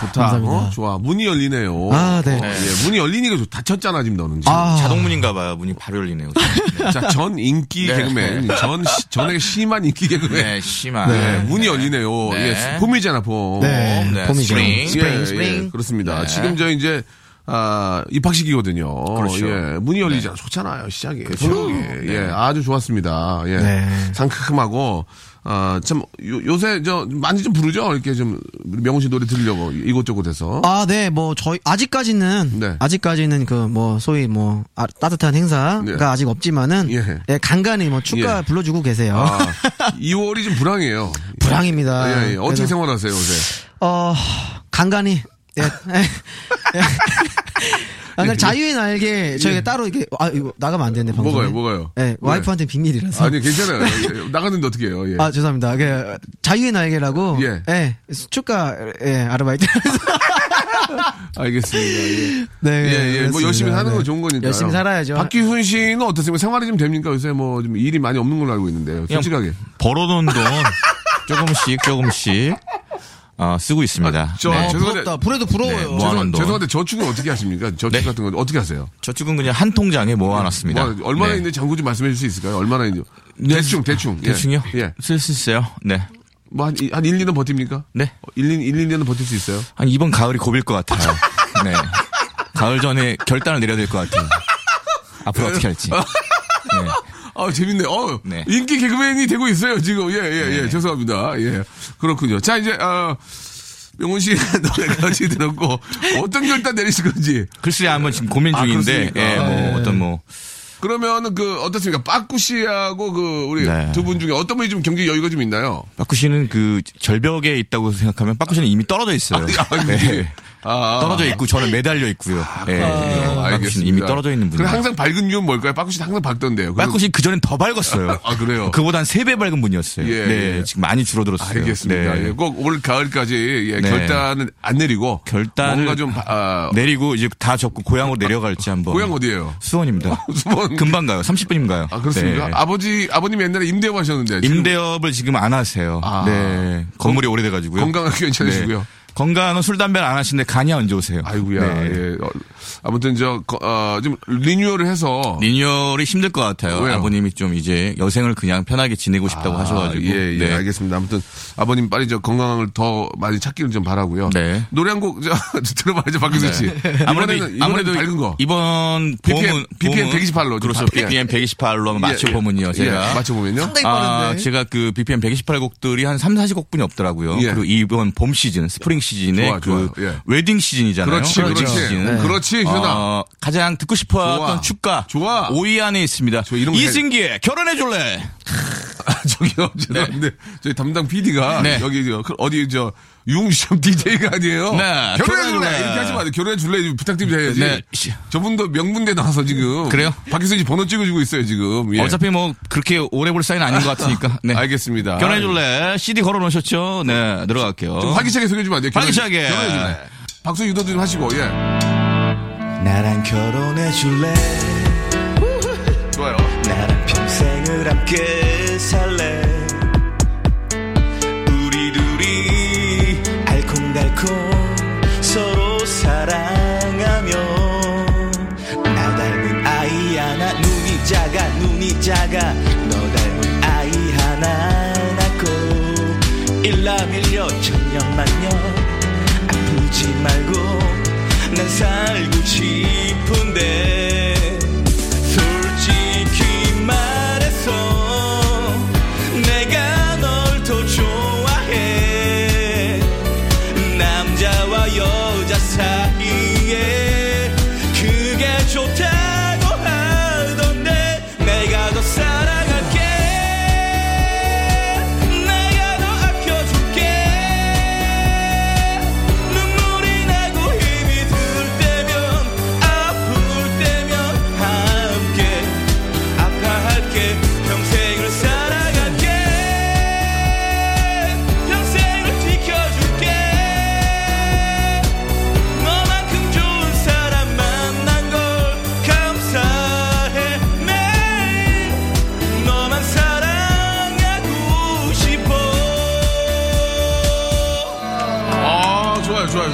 좋다.
감사합니다.
어? 좋아. 문이 열리네요.
아, 네.
어, 예, 문이 열리니까 좀 다쳤잖아, 지금 너는. 지금.
아,
자동문인가 봐요. 문이 바로 열리네요. 지금.
자, 전 인기
네.
개그맨. 전, 시- 전에게 심한 인기 개그맨.
네, 심한.
예, 문이 열리네요.
네.
예, 봄이잖아, 봄.
네.
네,
봄이죠.
스프링.
어, 예,
스프링.
예, 그렇습니다.
네.
지금 저 이제 아, 입학식이거든요.
그렇죠. 네.
예, 문이 열리잖아. 좋잖아요. 시작이. 분위기. 예, 아주 좋았습니다. 예.
네.
상큼하고 아, 참 요, 새저 많이 좀 부르죠. 이렇게 좀 명훈 씨 노래 들으려고 이곳저곳에서.
아, 네, 뭐, 저희, 아직까지는,
네.
아직까지는 그, 뭐, 소위 뭐, 아, 따뜻한 행사가
네.
아직 없지만은,
예.
예. 간간히 뭐, 축가
예.
불러주고 계세요.
아, 2월이 좀 불황이에요.
불황입니다.
예, 예. 어떻게
그래서-
생활하세요, 요새?
어, 간간히, 예. 예. 아, 그냥 자유의 날개, 저희가 따로 이게, 아, 이거 나가면 안 되는데, 방송.
예. 뭐가요, 뭐가요?
예, 와이프한테 비밀이라서.
아니, 괜찮아요. 예, 나갔는데 어떻게 해요? 예.
아 죄송합니다. 그 자유의 날개라고
예.
예, 축가 예 아르바이트.
알겠습니다. 예.
네,
예, 예. 뭐
그렇습니다.
열심히 사는 건
네.
좋은 거니까.
열심히 살아야죠.
박기훈 씨는 어떻습니까? 생활이 좀 됩니까? 요새 뭐 좀 일이 많이 없는 걸로 알고 있는데요.
그냥
솔직하게.
벌어놓은 돈 조금씩 조금씩 어, 쓰고 있습니다.
아, 저
네.
죄송한데
아, 부럽다.
뭐
불에도
네,
부러워요.
모아놓은 돈.
죄송한데 저축은 어떻게 하십니까? 저축
네.
같은 건 어떻게 하세요?
저축은 그냥 한 통장에 모아놨습니다.
뭐, 얼마나
네.
있는지 잠깐 좀 말씀해 줄 수 있을까요? 얼마나 있는지. 대충, 대충. 예.
대충요?
예.
쓸 수 있어요. 네.
뭐 한, 한 1, 2년 버팁니까? 어,
네.
1, 2, 1, 2년은 버틸 수 있어요?
한 이번 가을이 고비일 것 같아요. 네. 가을 전에 결단을 내려야 될 것 같아요. 앞으로 어떻게 할지. 네.
아, 재밌네. 어,
네.
인기 개그맨이 되고 있어요, 지금. 예, 예, 예. 죄송합니다. 예. 그렇군요. 자, 이제, 어, 명훈 씨 노래까지 들었고, 어떤 결단 내리실 건지.
글쎄 한번 지금 고민
아,
중인데,
그렇습니까?
예, 뭐
아,
어떤 뭐
그러면은 그, 어떻습니까? 빠꾸 씨하고 그, 우리
네.
두 분 중에 어떤 분이 좀 경제 여유가 좀 있나요?
빠꾸 씨는 그 절벽에 있다고 생각하면 빠꾸 씨는 이미 떨어져 있어요.
예.
네.
아, 아.
떨어져 있고 저는 매달려 있고요. 예, 예. 빠꾸 씨는 이미 떨어져 있는
그럼
분이에요.
항상 밝은 이유는 뭘까요? 빠꾸 씨는 항상 밝던데요. 그리고-
빠꾸 씨는 그 전엔 더 밝았어요.
아, 그래요?
그보다 한 3배 밝은 분이었어요.
예,
네,
예.
지금 많이 줄어들었어요.
알겠습니다.
네.
예, 꼭올 가을까지 예,
네.
결단은 안 내리고
결단을 네.
뭔가 좀 아,
내리고 이제 다 접고 고향으로 내려갈지 한번.
고향 어디예요?
수원입니다.
수원.
금방 가요. 30분이면 가요.
아 그렇습니까?
네.
아버지 아버님 옛날에 임대업 하셨는데 지금
임대업을 지금 안 하세요.
아.
네. 건물이 오래돼가지고요.
건강하게 괜찮으시고요.
네. 건강은 술, 담배를 안 하시는데 간이 언제 오세요?
아이고야.
네.
예. 어, 아무튼 저좀 어, 리뉴얼을 해서
리뉴얼이 힘들 것 같아요.
왜요?
아버님이 좀 이제 여생을 그냥 편하게 지내고 싶다고 하셔가지고.
아, 예, 예,
네.
알겠습니다. 아무튼 아버님 빨리 저 건강을 더 많이 찾기를 좀 바라고요.
네.
노래 한곡 들어봐야죠, 박규수 씨.
아무래도
이번에는, 이번에는
아무래도
밝은 거.
이번
BPM
봄은
BPM 128 로.
그렇죠.
예.
BPM 128로 한번 맞춰 보면요. 제가
맞춰 보면요.
상당히
아,
빠른데.
제가 그 BPM 128 곡들이 한 3, 40곡뿐이 없더라고요.
예.
그리고 이번 봄 시즌, 스프링 시즌에
좋아,
그
좋아요. 예.
웨딩 시즌이잖아요. 네.
그렇지,
웨딩
그렇지. 그렇지, 현아.
어, 가장 듣고 싶어
좋아.
했던 축가.
좋아.
5위 안에 있습니다.
좋아, 이런 거 아,
이승기의 결혼해 줄래?
저기요, 죄송한데 저희 담당 PD가
네.
여기 저, 그 어디 저 유흥시험 DJ가 아니에요.
네,
결혼해 줄래
결혼해 줄래.
이렇게 하지 마세요. 결혼해 줄래 부탁드려야지.
네.
저분도 명문대 나와서 지금
그래요?
박희선 씨 번호 찍어주고 있어요 지금. 예.
어차피 뭐 그렇게 오래 볼 사이는 아닌 것 같으니까. 네.
알겠습니다.
결혼해 줄래? CD 걸어 놓으셨죠? 네, 들어갈게요.
좀 활기차게 음, 소개 좀 안 돼요? 결혼-
활기차게. 네.
결혼해 줄래? 박수 유도도 좀 하시고 예.
나랑 결혼해 줄래
좋아요.
나랑 평생을 함께 살래 우리 둘이 알콩달콩 서로 사랑하며 나 닮은 아이 하나 눈이 작아 눈이 작아 너 닮은 아이 하나 낳고 일남일여 천년만년 아프지 말고 난 살고 싶은데 솔직히 말해서 내가 널 더 좋아해 남자와 여자 사이에 그게 좋다고 하던데 내가 더 사랑할게 내가 더 아껴줄게 눈물이 나고 힘이 들 때면 아
좋아요. 좋아요.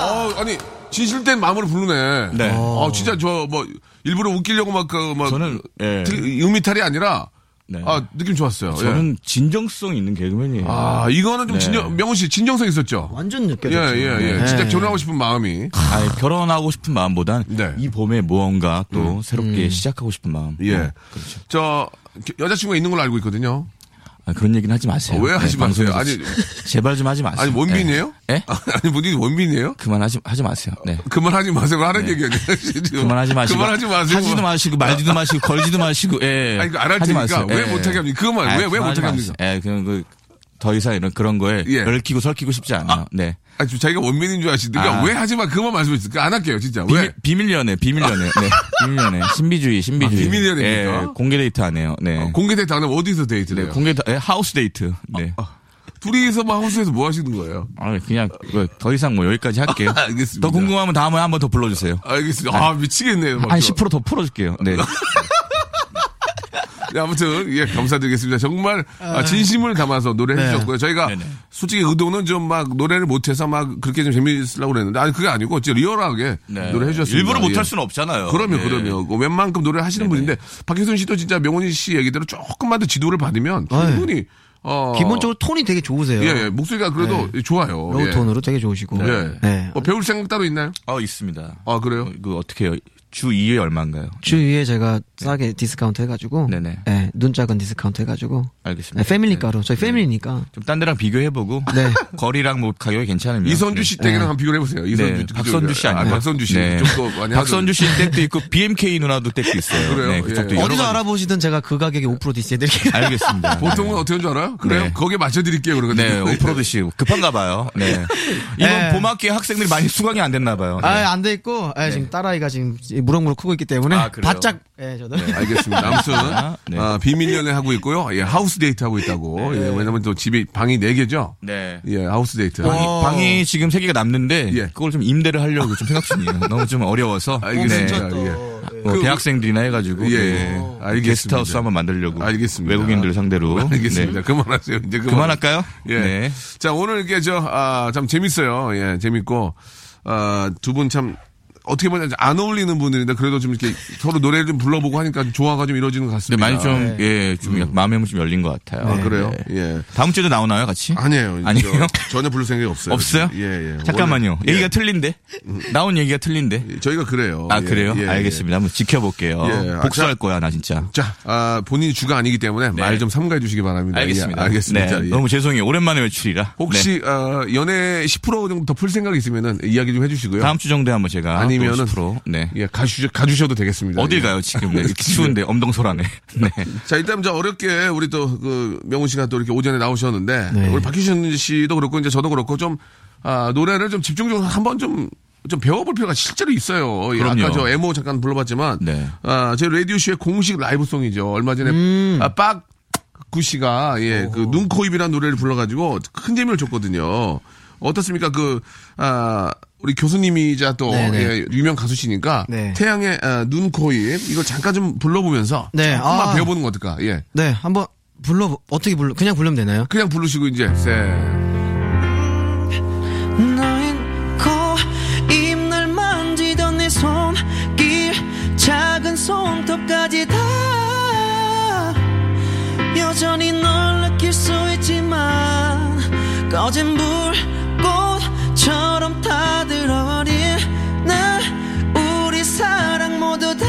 어, 아니 진실된 마음으로 부르네.
네.
어, 진짜 저 뭐 일부러 웃기려고 막 그 막
저는, 예.
음이탈이 아니라
네.
아 느낌 좋았어요. 예.
저는 진정성 있는 개그맨이에요.
아 이거는
네.
좀 진정 명호 씨 진정성 있었죠.
완전
예,
느껴졌죠.
예, 예.
네.
진짜 결혼하고 싶은 마음이.
아니, 결혼하고 싶은 마음보단
네. 음.
이 봄에 무언가 또 새롭게 시작하고 싶은 마음.
예.
네.
저 여자친구가 있는 걸로 알고 있거든요.
아, 그런 얘기는 하지 마세요.
어, 왜 하지 마세요?
방송에서 제발 좀 하지 마세요.
아니 원빈이에요?
예? 예?
아니 본인이 원빈이에요?
그만 하지 하지 마세요. 네.
그만하지 마세요. 하는 얘기 아니에요.
그만하지 마시고
그만하지 마세요.
하지도 마시고 말지도 마시고 걸지도 마시고 예.
아니, 그거 안할 테니까 왜 못하게 합니까? 그거 말- 왜- 왜
네. 아, 그만하지
못하게
마세요. 예, 그냥 그더 이상 이런 그런 거에
예.
얽히고 설키고 싶지 않아요. 네.
아니, 좀 자기가 원빈인 줄 아시니까
아.
왜 하지 마. 그만 말씀해주세요. 그거 안 할게요. 진짜. 왜?
비밀, 비밀 연애, 비밀 연애. 네. 비밀 연애. 신비주의, 신비주의.
아, 비밀 연애입니까? 어,
예, 공개 데이트 안 해요. 네.
공개데이트 안 하면 어디서 데이트를
네,
해요?
공개 다- 예, 하우스 데이트. 네.
둘이서 막 호수에서 뭐 하시는 거예요?
아, 그냥 그거 더 이상 뭐 여기까지 할게요.
아, 알겠습니다.
더 궁금하면 다음에 한 번 더 불러 주세요.
알겠습니다. 아, 미치겠네요. 막
한
저.
10%더 풀어 줄게요. 네.
네, 아무튼, 예, 감사드리겠습니다. 정말, 아, 진심을 담아서 노래를 해주셨고요. 저희가,
네네.
솔직히 의도는 좀 막, 노래를 못해서 막, 그렇게 좀 재미있으려고 그랬는데, 아니, 그게 아니고, 진짜 리얼하게
네.
노래 해주셨습니다.
일부러
예.
못할 수는 없잖아요.
그럼요,
네.
그럼요. 그 웬만큼 노래를 하시는 분인데, 박혜순 씨도 진짜 명훈이 씨 얘기대로 조금만 더 지도를 받으면,
네.
충분히, 어.
기본적으로 톤이 되게 좋으세요.
예, 예, 목소리가 그래도
네.
좋아요.
로우
예.
톤으로 되게 좋으시고.
예.
네.
뭐 배울 생각 따로 있나요?
아, 있습니다.
아,
어,
그래요?
그 어떻게 해요? 주 2회 얼마인가요?
주위에 제가 싸게 디스카운트 해가지고.
네네.
예, 눈 작은 디스카운트 해가지고.
알겠습니다.
네, 패밀리
네.
가로. 저희 패밀리니까.
좀 딴 데랑 비교해보고
네.
거리랑 뭐 가격이 괜찮으면
이선주 씨 댁이랑 한번 비교를 해보세요.
네,
이선주
네,
그쪽에.
박선주 씨 아니에요?
아, 박선주 씨.
네.
좀더 많이 하죠.
박선주 씨 댁도 있고 BMK 누나도 댁도 있어요.
그래요?
네, 그쪽도
예.
여러
어디서
가지-
알아보시든 제가 그 가격에 5% 디스해드릴게요.
알겠습니다.
보통은 어떻게 하는 줄 알아요? 그래요?
네.
거기에 맞춰드릴게요, 그러거든요.
네, 오프로드 씨 급한가 봐요. 네. 이번
네.
봄 학기에 학생들이 많이 수강이 안 됐나 봐요. 네.
아, 안 돼 있고, 예, 지금 딸아이가 지금 무럭무럭 크고 있기 때문에.
아, 그래요?
바짝, 예, 저도.
알겠습니다. 아무튼,
네.
아, 비밀 연애 하고 있고요. 예, 하우스 데이트 하고 있다고. 예, 왜냐면 또 집이 방이 4개죠?
네. 어.
예, 하우스 데이트.
방이, 방이 지금 세 개가 남는데
어. 예. 아,
그걸 좀 임대를 하려고 좀 생각 중이에요. 너무 좀 어려워서.
알겠습니다.
네.
예.
뭐
그-
대학생들이나 해가지고
예,
예.
예. 알겠습니다.
게스트하우스 한번 만들려고
알겠습니다.
외국인들 상대로
알겠습니다.
네.
그만하세요. 이제 그만.
그만할까요?
예.
네.
자, 오늘 이게 저, 아, 참 재밌어요. 예, 재밌고, 아, 두 분 참, 어떻게 보면 안 어울리는 분들인데, 그래도 좀 이렇게 서로 노래를 좀 불러보고 하니까 좀 조화가 좀 이루어지는 것
근데
같습니다.
많이 좀, 예, 좀 약간 마음의 문이 좀 열린 것 같아요.
아, 그래요?
네.
예.
다음 주에도 나오나요, 같이?
아니에요.
아니에요?
저- 전혀 부를 생각이 없어요.
없어요?
예, 예.
잠깐만요.
원래-
얘기가 틀린데? 나온 얘기가 틀린데?
예, 저희가 그래요.
아,
예,
그래요?
예, 예.
알겠습니다. 한번 지켜볼게요.
예, 아,
복수할
자-
거야, 나 진짜.
자, 아, 본인이 주가 아니기 때문에 말 좀 삼가해 주시기 바랍니다.
네. 알겠습니다.
예, 알겠습니다.
네,
예.
너무 죄송해요. 오랜만에 외출이라. 네,
혹시, 어, 연애 10% 정도 더 풀 생각 있으면은 이야기 좀 해주시고요.
네, 다음 주 정도에 한번 제가.
아니면은.
로 네.
예, 가주, 가주셔도 되겠습니다.
어딜
예.
가요, 지금? 네, 이렇게 추운데, 엄동소라네. 네.
자, 일단 저 어렵게 우리 또 그 명훈 씨가 또 이렇게 오전에 나오셨는데
네.
우리 박희준 씨도 그렇고 이제 저도 그렇고 좀 아, 노래를 좀 집중적으로 한번 좀 좀 배워볼 필요가 실제로 있어요. 예,
그럼요.
아까 저 MO 잠깐 불러봤지만
네.
아, 저희 라디오 쇼의 공식 라이브송이죠. 얼마 전에 아, 빡 구씨가 예, 그 눈코입이라는 노래를 불러가지고 큰 재미를 줬거든요. 어떻습니까? 그 아, 우리 교수님이자 또
네네.
예, 유명 가수시니까
네.
태양의 아, 눈코입 이걸 잠깐 좀 불러보면서
네,
조금만
아.
배워보는 거 어떨까? 예.
네, 한번 불러, 어떻게 불러, 그냥 부르면 되나요?
그냥 부르시고 이제 세.
너의 코입 날 만지던 내 손길 작은 손톱까지 다 여전히 널 느낄 수 있지만 꺼진 불꽃처럼 타들 어린 날 우리 사랑 모두 다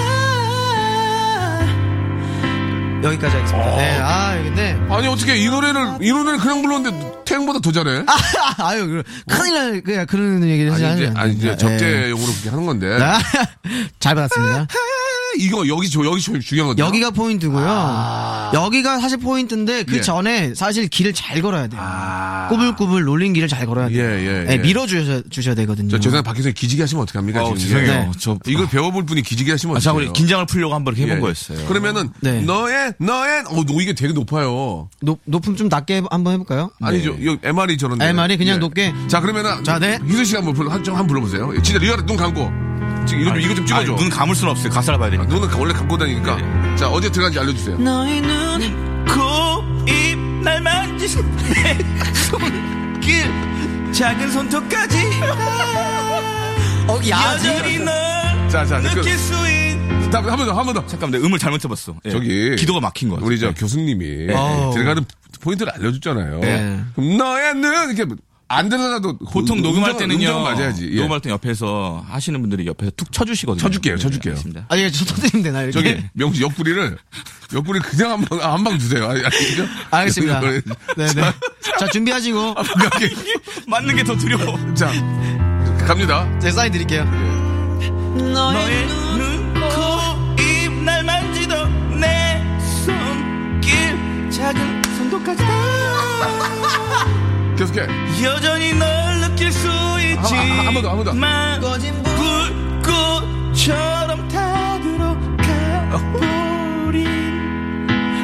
여기까지 하겠습니다. 네, 아, 근데.
아니 어떻게 이 노래를 이 노래를 그냥 불렀는데 태양보다 더 잘해?
아, 아유, 그래. 큰일 날, 그냥 그런 얘기를 하지
아니
않으면.
이제
안
아니 이제
됩니다. 예.
적재용으로 그렇게 하는 건데
아, 잘 받았습니다.
이거 여기 저 여기 저 중요하거든요.
여기가 포인트고요. 여기가 사실 포인트인데 그
아. 예. 아.
전에 사실 길을 잘 걸어야 돼요. 꾸불꾸불 놀린 길을 잘 걸어야 돼요. 네,
예, 예, 예.
밀어주셔야 주셔야 되거든요.
저 죄송해 박혜선 기지개 하시면 어떡합니까?
어,
지금 이게?
죄송해요.
네.
저.
이걸 배워볼 분이 기지개 하시면
아, 자, 우리
어떡해요?
긴장을 풀려고 한번 이렇게 해본
예.
거였어요.
그러면은
네.
너의 너의 어 너, 이게 되게 높아요.
높, 높음 좀 낮게 해보- 한번 해볼까요?
네.
아니죠? 이 MR이 저런데. 예.
MR이 그냥 높게.
자 그러면은
자, 네.
희선 씨 한번 불러 한번 불러보세요. 진짜 리얼 눈 감고 지금 이거 좀 이거 좀 찍어줘.
아니, 눈 감을 순 없어요. 가사를 봐야 되니까.
아, 눈은 원래 감고 다니니까.
네,
자 어디 들어간지 알려주세요.
네.
너의 눈
코입 날 만지는 내 손길 작은 손톱까지
어,
여전히 널
자, 자,
느낄
그-
수 있.
한번 더, 한 번 더.
잠깐 근데 음을 잘못 잡았어. 예.
저기
기도가
네.
막힌 예. 거 같아.
우리 저 교수님이
아우.
들어가는 포인트를 알려줬잖아요.
네.
그럼 너의 눈 이렇게 안 들어가도
보통 녹음할 때는요.
음정 맞아야지. 예.
녹음할 때 옆에서 하시는 분들이 옆에서 툭 쳐주시거든요.
쳐줄게요,
네,
쳐줄게요.
알겠습니다.
아, 예, 저 선생님 되나, 이렇게?
저기 명수 옆구리를 옆구리 그냥 한방 한방 주세요. 아, 아시죠?
알겠습니다.
옆구리.
네네. 자, 준비하시고.
맞는 게 더 두려워.
자 갑니다.
제 사인 드릴게요.
너의 눈, 코, 입, 날 만지던 내 손길 작은 손톱까지
계속해.
여전히 널 느낄 수
아,
있지
한- 한번 더, 한번 더.
만
어,
불꽃처럼 타들어가 버린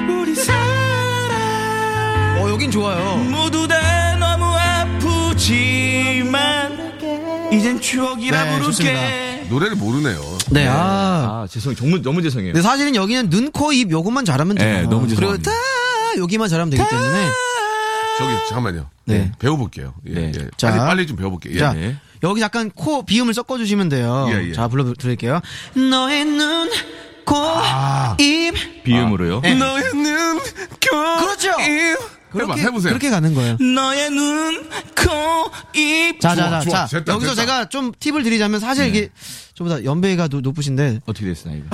우리 사랑
어, 여긴 좋아요.
모두 다 너무 아프지만 이젠 추억이라
네,
부를게
좋습니다.
노래를 모르네요.
네, 아.
아, 죄송해요. 정말 너무 죄송해요.
근데 사실은 여기는 눈, 코, 입 요것만
예,
잘하면 돼요.
네, 너무
그리고
죄송합니다.
다 여기만 잘하면 되기 때문에.
저기 잠깐만요.
네.
배워볼게요. 예,
네.
예.
자.
빨리 빨리 좀 배워볼게요. 예.
자,
네.
여기 잠깐 코 비음을 섞어주시면 돼요.
예, 예.
자, 불러드릴게요. 너의 눈, 코,
아.
입.
네.
비음으로요.
너의 눈, 교,
네. 그렇죠.
해봐, 해보세요.
그렇게 가는 거예요.
너의 눈, 코, 입.
자,
좋아,
자, 자,
좋아.
자.
됐다,
여기서
됐다. 네.
제가 좀 팁을 드리자면 사실 이게 저보다 연배가 노- 높으신데
어떻게 됐어, 나이가?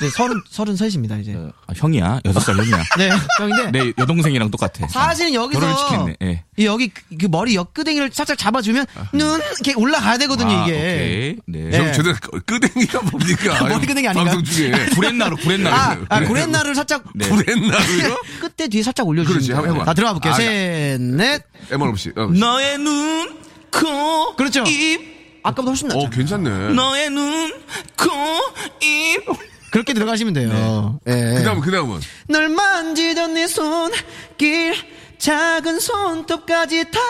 이제 서른 서른 셋입니다 이제.
네.
아, 형이야. 여섯 살 형이야.
네, 형인데
내 여동생이랑 똑같아.
사실은
결혼을
여기서
시켰네. 예.
이 여기 그- 그 머리 옆구댕이를 살짝 잡아주면 눈 이렇게 올라가야 되거든요
아,
이게.
오케이. 네.
형 제대로 끄- 끄댕이가 뭡니까?
머리 끄댕이 아닌가요?
방송 중에
구렛나루, 구렛나루.
아, 아
네.
고렛나를 살짝
네.
불했나요?
끝에 뒤에 살짝
그렇지,
올려주시면
한번
돼요.
해봐.
다 들어가 볼게요.
아,
셋, 넷.
애만 없이. 어,
너의 눈, 코,
그렇죠.
입.
아까보다 훨씬 낫죠.
어, 괜찮네.
너의 눈, 코, 입.
그렇게 들어가시면 돼요. 예.
그다음 그다음은
널 만지던 내 손길 작은 손톱까지 다.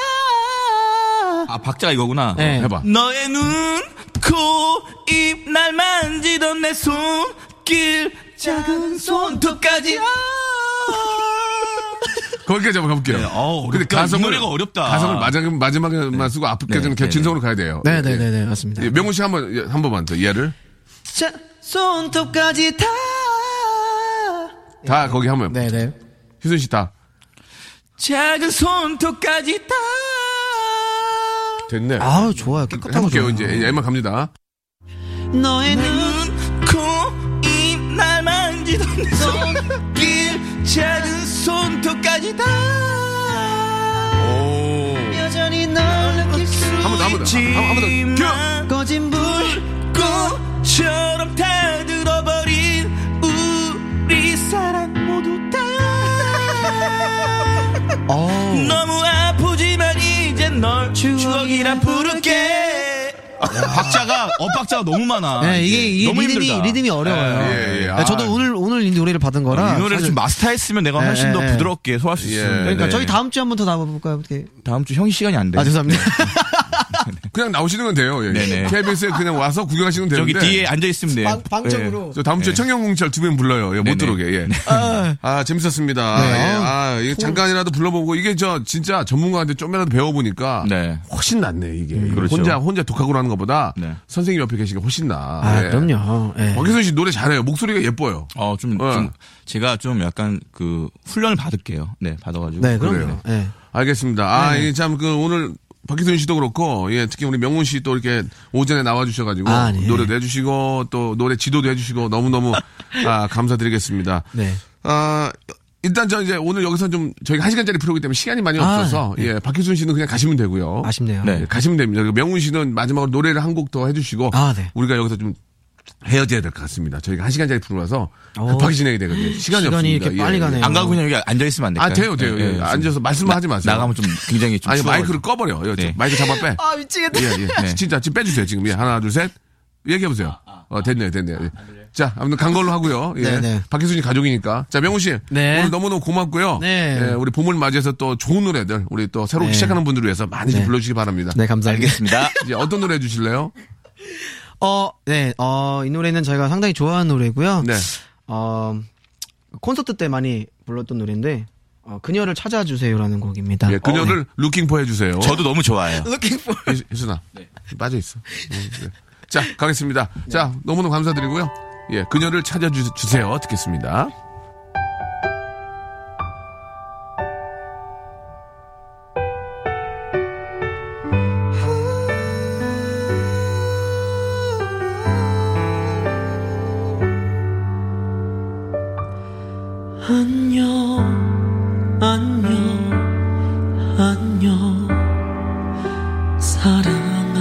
아, 박자가 이거구나.
네.
해봐.
너의 눈, 코, 입. 날 만지던 내 손길. 작은 손톱까지.
거기까지 한번 가볼게요.
네, 어우, 어렵다. 이 노래가 어렵다.
가성을 마지막, 마지막에만 쓰고 앞까지는
네,
네,
네,
진성으로 가야 돼요.
네네네 네 맞습니다.
예, 명훈 씨한 번, 예, 한 번만 더, 얘를.
자, 손톱까지 다.
다 거기 한번.
네 네.
희순 씨 다.
작은 손톱까지 다.
됐네.
아우 좋아요. 깨끗하고
해볼게요,
좋아요.
이제. 예, 애만 갑니다.
너의
너의 눈
눈, 코, 입. 날 만지던 내 손길. 작은 손톱까지 다.
오.
여전히 널 느낄 수
한번 더, 한 번 더.
음.
한번 더. 큐!
꺼진 불.
꽃처럼 타들어버린 우리 사랑 모두 다
어우.
너무 아프지만 이제 널 추억이라 부를게
박자가, 어, 엇박자가 너무 많아.
네, 이게, 이게
너무
리듬이
힘들다.
리듬이 어려워요. 네,
예, 예.
네,
아.
저도 오늘 오늘 이 노래를 받은 거라.
이 노래를
아, 사실-
좀 마스터했으면 내가 훨씬
예,
더
예.
부드럽게 소화할 수
예.
있었는데.
그러니까
네.
저희 다음 주에 한번 더 나와볼까요? 어떻게?
다음 주 형이 시간이 안 돼.
아 죄송합니다.
아, 그냥 나오시는 건 돼요. 예.
네네.
KBS에 그냥 와서 구경하시는 건
저기
되는데.
뒤에 앉아있으면 돼.
네. 방- 방청으로.
저 다음 주에 청년공찰 두 명 불러요. 예, 못
네네. 네.
들어오게. 예. 아, 재밌었습니다. 예. 아, 이게 잠깐이라도 불러보고 이게 저 진짜 전문가한테 좀이라도 배워보니까
아.
네.
훨씬 낫네 이게.
그렇죠.
혼자 혼자 독학으로 하는 것보다
네.
선생님 옆에 계시니까 훨씬 나.
아 그럼요. 예.
박희선 씨 노래 잘해요. 목소리가 예뻐요.
어, 좀,
어.
좀, 제가 좀 약간 그 훈련을 받을게요. 네, 받아가지고.
네
그래요.
그럼요. 예.
알겠습니다.
네,
아, 이 참 그 오늘 박희선 씨도 그렇고, 예, 특히 우리 명훈 씨 또 이렇게 오전에 나와주셔가지고
아, 네.
노래도 해주시고 또 노래 지도도 해주시고 너무 너무 아, 감사드리겠습니다.
네.
아, 일단 저 이제 오늘 여기서 좀 저희가 한 시간짜리 프로그램 때문에 시간이 많이
아,
없어서 예, 박희순 씨는 그냥 가시면 되고요.
아쉽네요.
네.
예, 가시면 됩니다. 그리고 명훈 씨는 마지막으로 노래를 한 곡 더 해주시고
아, 네.
우리가 여기서 좀 헤어져야 될 것 같습니다. 저희가 한 시간짜리 프로라서
오.
급하게 진행이 되거든요. 시간이,
어. 시간이
없습니다. 예,
이렇게 빨리 가네요.
안 가고 그냥 여기 앉아있으면 안 될까요?
아 돼요, 돼요. 예, 앉아서 말씀만 하지 마세요.
네, 나가면 좀 굉장히 좀.
아니
추워가지고.
마이크를 꺼버려. 요
네.
마이크 잡아 빼.
아 미치겠다.
예, 예.
네.
진짜 지금 빼주세요. 지금 예, 하나 둘 셋. 얘기해 보세요. 어 됐네요, 됐네요. 예. 자, 아무튼 간 걸로 하고요. 예.
네, 네.
박희순이 가족이니까. 자, 명훈 씨
네.
오늘 너무너무 고맙고요.
네.
예, 우리 봄을 맞이해서 또 좋은 노래들 우리 또 새로
네.
시작하는 분들을 위해서 많이 좀
네.
불러주시기 바랍니다.
네 감사합니다.
알겠습니다.
이제 어떤 노래 해주실래요?
어, 네, 어, 이 노래는 저희가 상당히 좋아하는 노래고요.
네.
어, 콘서트 때 많이 불렀던 노래인데 어, 그녀를 찾아주세요라는 곡입니다. 어, 네.
예, 그녀를 루킹포 해주세요.
저도 너무 좋아해요.
희- 희순아 빠져 있어. 음, 네. 자 가겠습니다. 자 너무너무 감사드리고요. 예, 그녀를 찾아주세요. 듣겠습니다.
안녕 안녕 안녕 사랑한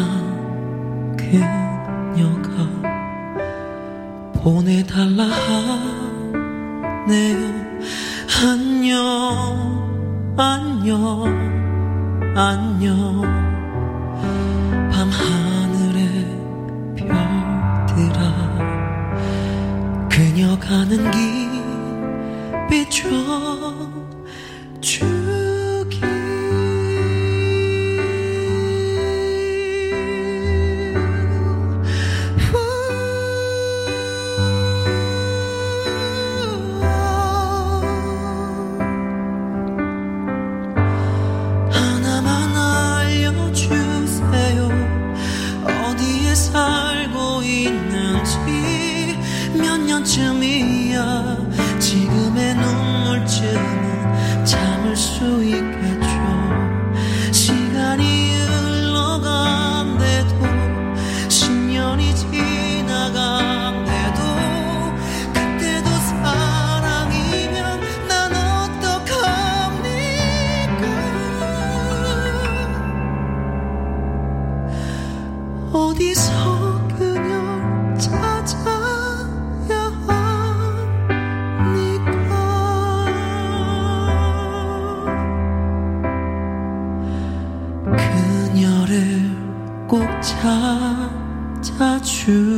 그녀가 보내달라 하네요 안녕 안녕 안녕 밤하늘의 별들아 그녀 가는 길 비춰주기 하나만 알려주세요 어디에 살고 있는지 몇 년쯤이야 지금의 눈물쯤은 참을 수 있겠죠 시간이 흘러간대도 10년이 지나간대도 그때도 사랑이면 난 어떡합니까 어디서 그녀 찾아야 합니까 그녀를 꼭 찾아주세요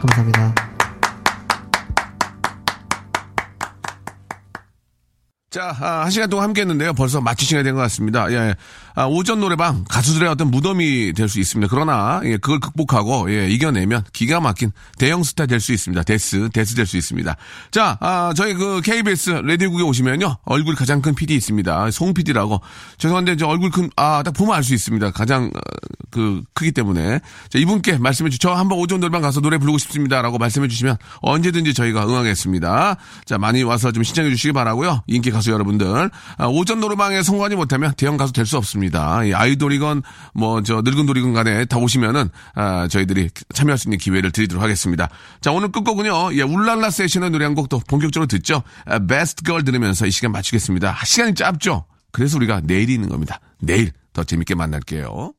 감사합니다.
자, 아, 한 시간 동안 함께 했는데요. 벌써 마칠 시간이 된 것 같습니다. 예. 아, 오전 노래방 가수들의 어떤 무덤이 될 수 있습니다. 그러나, 예, 그걸 극복하고, 예, 이겨내면 기가 막힌 대형 스타 될 수 있습니다. 데스, 데스 될 수 있습니다. 자, 아, 저희 그 KBS 라디오국에 오시면요. 얼굴 가장 큰 PD 있습니다. 송 PD라고. 죄송한데, 저 얼굴 큰, 아, 딱 보면 알 수 있습니다. 가장, 어, 그, 크기 때문에. 자, 이분께 말씀해 주시죠. 저 한번 오전 노래방 가서 노래 부르고 싶습니다라고 말씀해 주시면 언제든지 저희가 응하겠습니다. 자, 많이 와서 좀 신청해 주시기 바라고요. 인기 가수 여러분들. 아, 오전 노래방에 성공하지 못하면 대형 가수 될 수 없습니다. 이 아이돌이건 뭐 저 늙은 돌이건 간에 다 오시면은 아, 저희들이 참여할 수 있는 기회를 드리도록 하겠습니다. 자, 오늘 끝곡은요. 예, 울랄라 세션의 노래 한 곡 또 본격적으로 듣죠. 아, 베스트 걸 들으면서 이 시간 마치겠습니다. 아, 시간이 짧죠. 그래서 우리가 내일이 있는 겁니다. 내일 더 재밌게 만날게요.